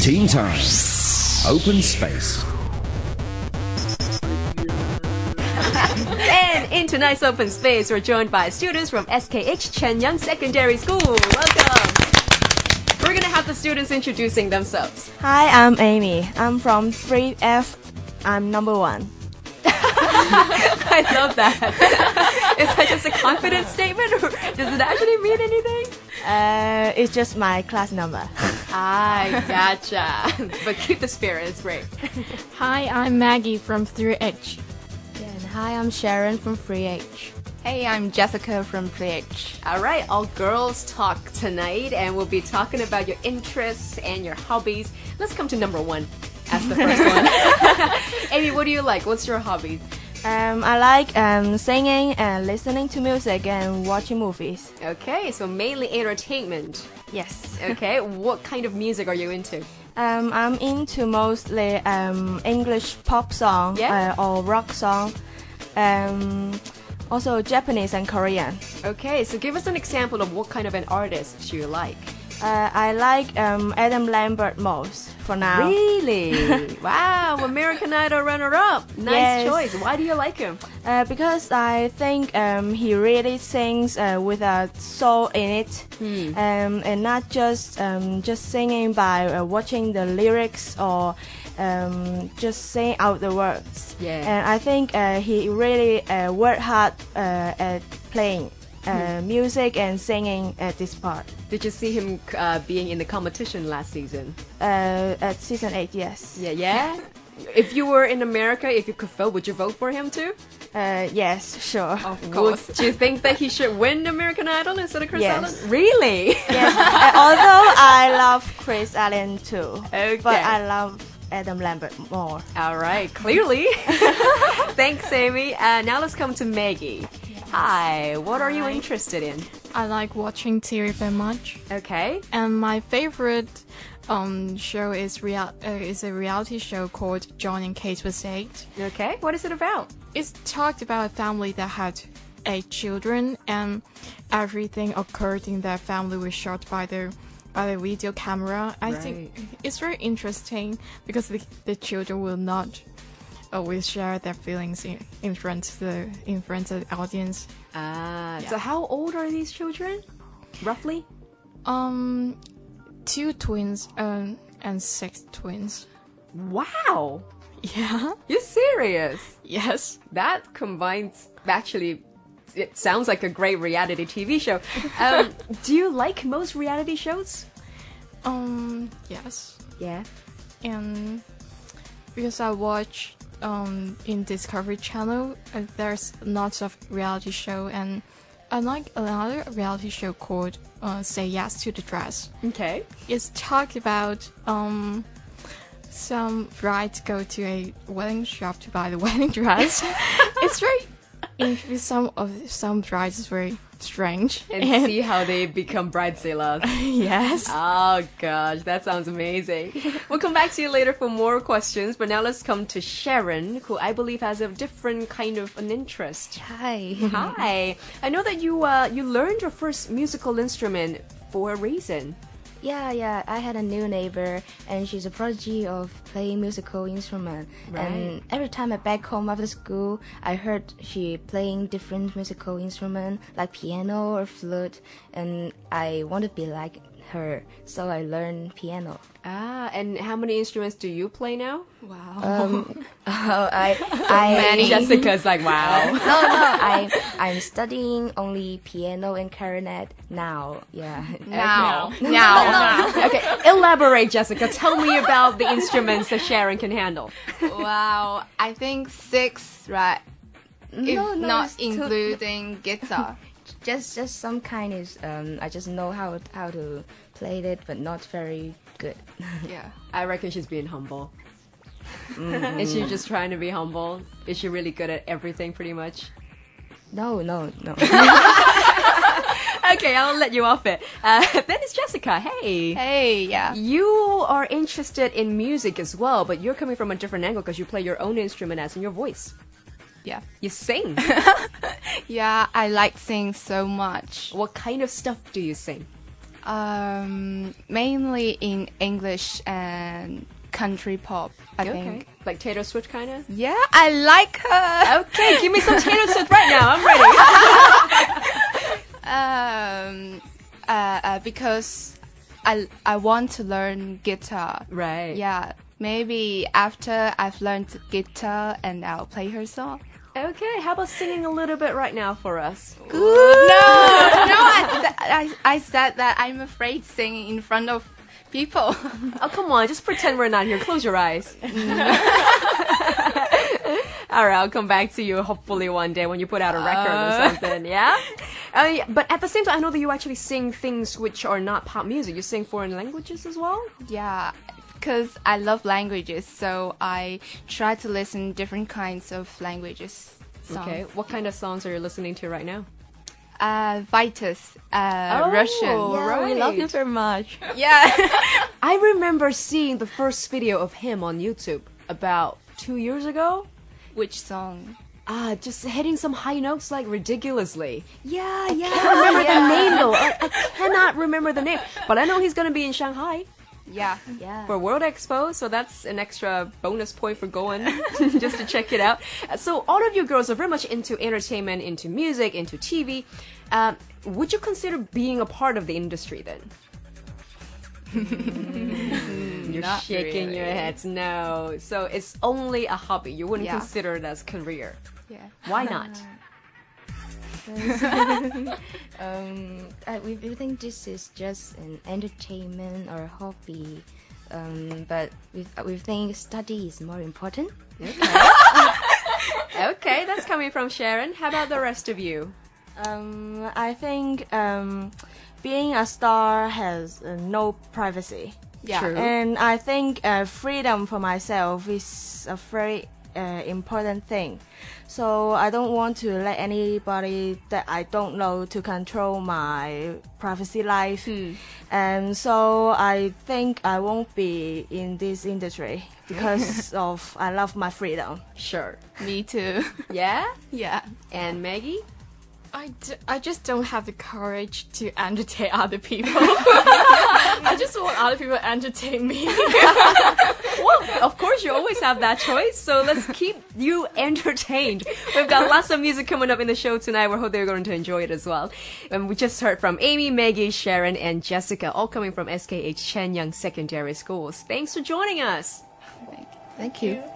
Team time. Open space. And into nice open space, we're joined by students from SKH Chenyang Secondary School. Welcome. We're gonna have the students introducing themselves. Hi, I'm Amy. I'm from 3F. I'm number one. I love that. Is that just a confident statement, or does it actually mean anything? Uh, it's just my class number. I gotcha. but keep the spirit; it's great. Hi, I'm Maggie from 3H. And hi, I'm Sharon from 3H. Hey, I'm Jessica from 3H. All right, all girls talk tonight, and we'll be talking about your interests and your hobbies. Let's come to number one. As the first one. Amy, what do you like? What's your hobbies? Um, I like um, singing and listening to music and watching movies. Okay, so mainly entertainment. Yes. Okay, what kind of music are you into? Um, I'm into mostly um, English pop song Yeah. uh, or rock song. Um, also Japanese and Korean. Okay, so give us an example of what kind of an artist you like. Uh, I like um, Adam Lambert most for now. Really? wow, American Idol runner up. Nice Yes. choice. Why do you like him? Uh, because I think um, he really sings uh, with a soul in it, Hmm. um, and not just um, just singing by uh, watching the lyrics or um, just saying out the words. Yeah. And I think uh, he really uh, worked hard uh, at playing uh, Hmm. music and singing at this part. Did you see him uh, being in the competition last season? Uh, at season eight, yes. Yeah, yeah. if you were in America, if you could vote, would you vote for him too? Uh, yes, sure. Of course. do you think that he should win American Idol instead of Chris Yes. Allen? Really? Yes, uh, although I love Chris Allen too, Okay. but I love Adam Lambert more. All right, clearly. Thanks, Amy. Uh, now let's come to Maggie. Hi, what are you interested in? I like watching TV very much, Okay. and my favorite um, show is real uh, is a reality show called John and Kate was eight. Okay. What is it about? It's talked about a family that had eight children, and everything occurred in their family was shot by the by the video camera. I think it's very interesting because the, the children will not always share their feelings in, in front of the in front of the audience. Ah, so how old are these children? Roughly? Um, two twins um, and six twins. Wow. Yeah. You're serious. Yes. That combines actually it sounds like a great reality TV show. Um, do you like most reality shows? Um. Yes. Yeah. And because I watch um in Discovery Channel, uh, there's lots of reality show, and I like another reality show called uh, Say Yes to the Dress. Okay. It's talked about um some bride go to a wedding shop to buy the wedding dress. it's very interesting. Some of some brides is very strange. And, see how they become bridezillas. yes. Oh gosh, that sounds amazing. We'll come back to you later for more questions, but now let's come to Sharon, who I believe has a different kind of an interest. Hi. Uh-huh. Hi, I know that you uh, you learned your first musical instrument for a reason. Yeah, yeah. I had a new neighbor, and she's a prodigy of playing musical instrument. And every time I back home after school, I heard she playing different musical instrument like piano or flute, and I want to be like her, so I learned piano. Ah, and how many instruments do you play now? Oh, I, I Jessica's like, wow. No, no. I, I'm studying only piano and clarinet now. Yeah. Now. Now. okay, elaborate, Jessica. Tell me about the instruments that Sharon can handle. wow. I think six, right? If No, no, not it's two- including guitar. just just some kind is um I just know how how to play it but not very good. yeah. I reckon she's being humble. Is she just trying to be humble? Is she really good at everything, pretty much? No, no, no. Okay, I'll let you off it. Uh, then it's Jessica. Hey. Hey, yeah. You are interested in music as well, but you're coming from a different angle because you play your own instrument as in your voice. Yeah. You sing. Yeah, I like singing so much. what kind of stuff do you sing? Um, mainly in English and and country pop. I Okay. think. Like Taylor Swift kind of? Yeah, I like her. Okay, give me some Taylor Swift right now. I'm ready. Um, uh, uh, because I I want to learn guitar. Right. Yeah, maybe after I've learned guitar and I'll play her song. Okay, how about singing a little bit right now for us? No, I, I, I said that I'm afraid singing in front of people. Oh, come on, just pretend we're not here. Close your eyes. All right, I'll come back to you hopefully one day when you put out a record or something, yeah? Uh, yeah, But at the same time, I know that you actually sing things which are not pop music. You sing foreign languages as well? yeah, because I love languages, so I try to listen different kinds of languages. Songs. Okay, what kind of songs are you listening to right now? Uh, Vitus, uh, Oh, Russian. Yeah, we love you very much. I remember seeing the first video of him on YouTube about two years ago. Which song? Ah, just hitting some high notes like ridiculously. Yeah, yeah. can't remember the name though. I, I cannot remember the name. But I know he's gonna be in Shanghai Yeah. Uh. Yeah. for World Expo, so that's an extra bonus point for going just to check it out. Uh, So all of you girls are very much into entertainment, into music, into TV. Um, would you consider being a part of the industry then? You're shaking your heads. No. So it's only a hobby. You wouldn't Yeah. consider it as career. Yeah. Why Uh, not? Um, I, we we think this is just an entertainment or hobby, um, but we we think study is more important. Okay, that's coming from Sharon. How about the rest of you? Um, I think um, being a star has uh, no privacy. Yeah. True. And I think uh, freedom for myself is a very uh, important thing. So I don't want to let anybody that I don't know to control my privacy life. And so I think I won't be in this industry because of I love my freedom. Sure. Me too. Yeah? yeah. And Maggie? I, d- I just don't have the courage to entertain other people. I just want other people to entertain me. Well, of course, you always have that choice. So let's keep you entertained. We've got lots of music coming up in the show tonight. We hope they're going to enjoy it as well. And we just heard from Amy, Maggie, Sharon, and Jessica, all coming from SKH Chenyang Secondary Schools. Thanks for joining us. Thank you.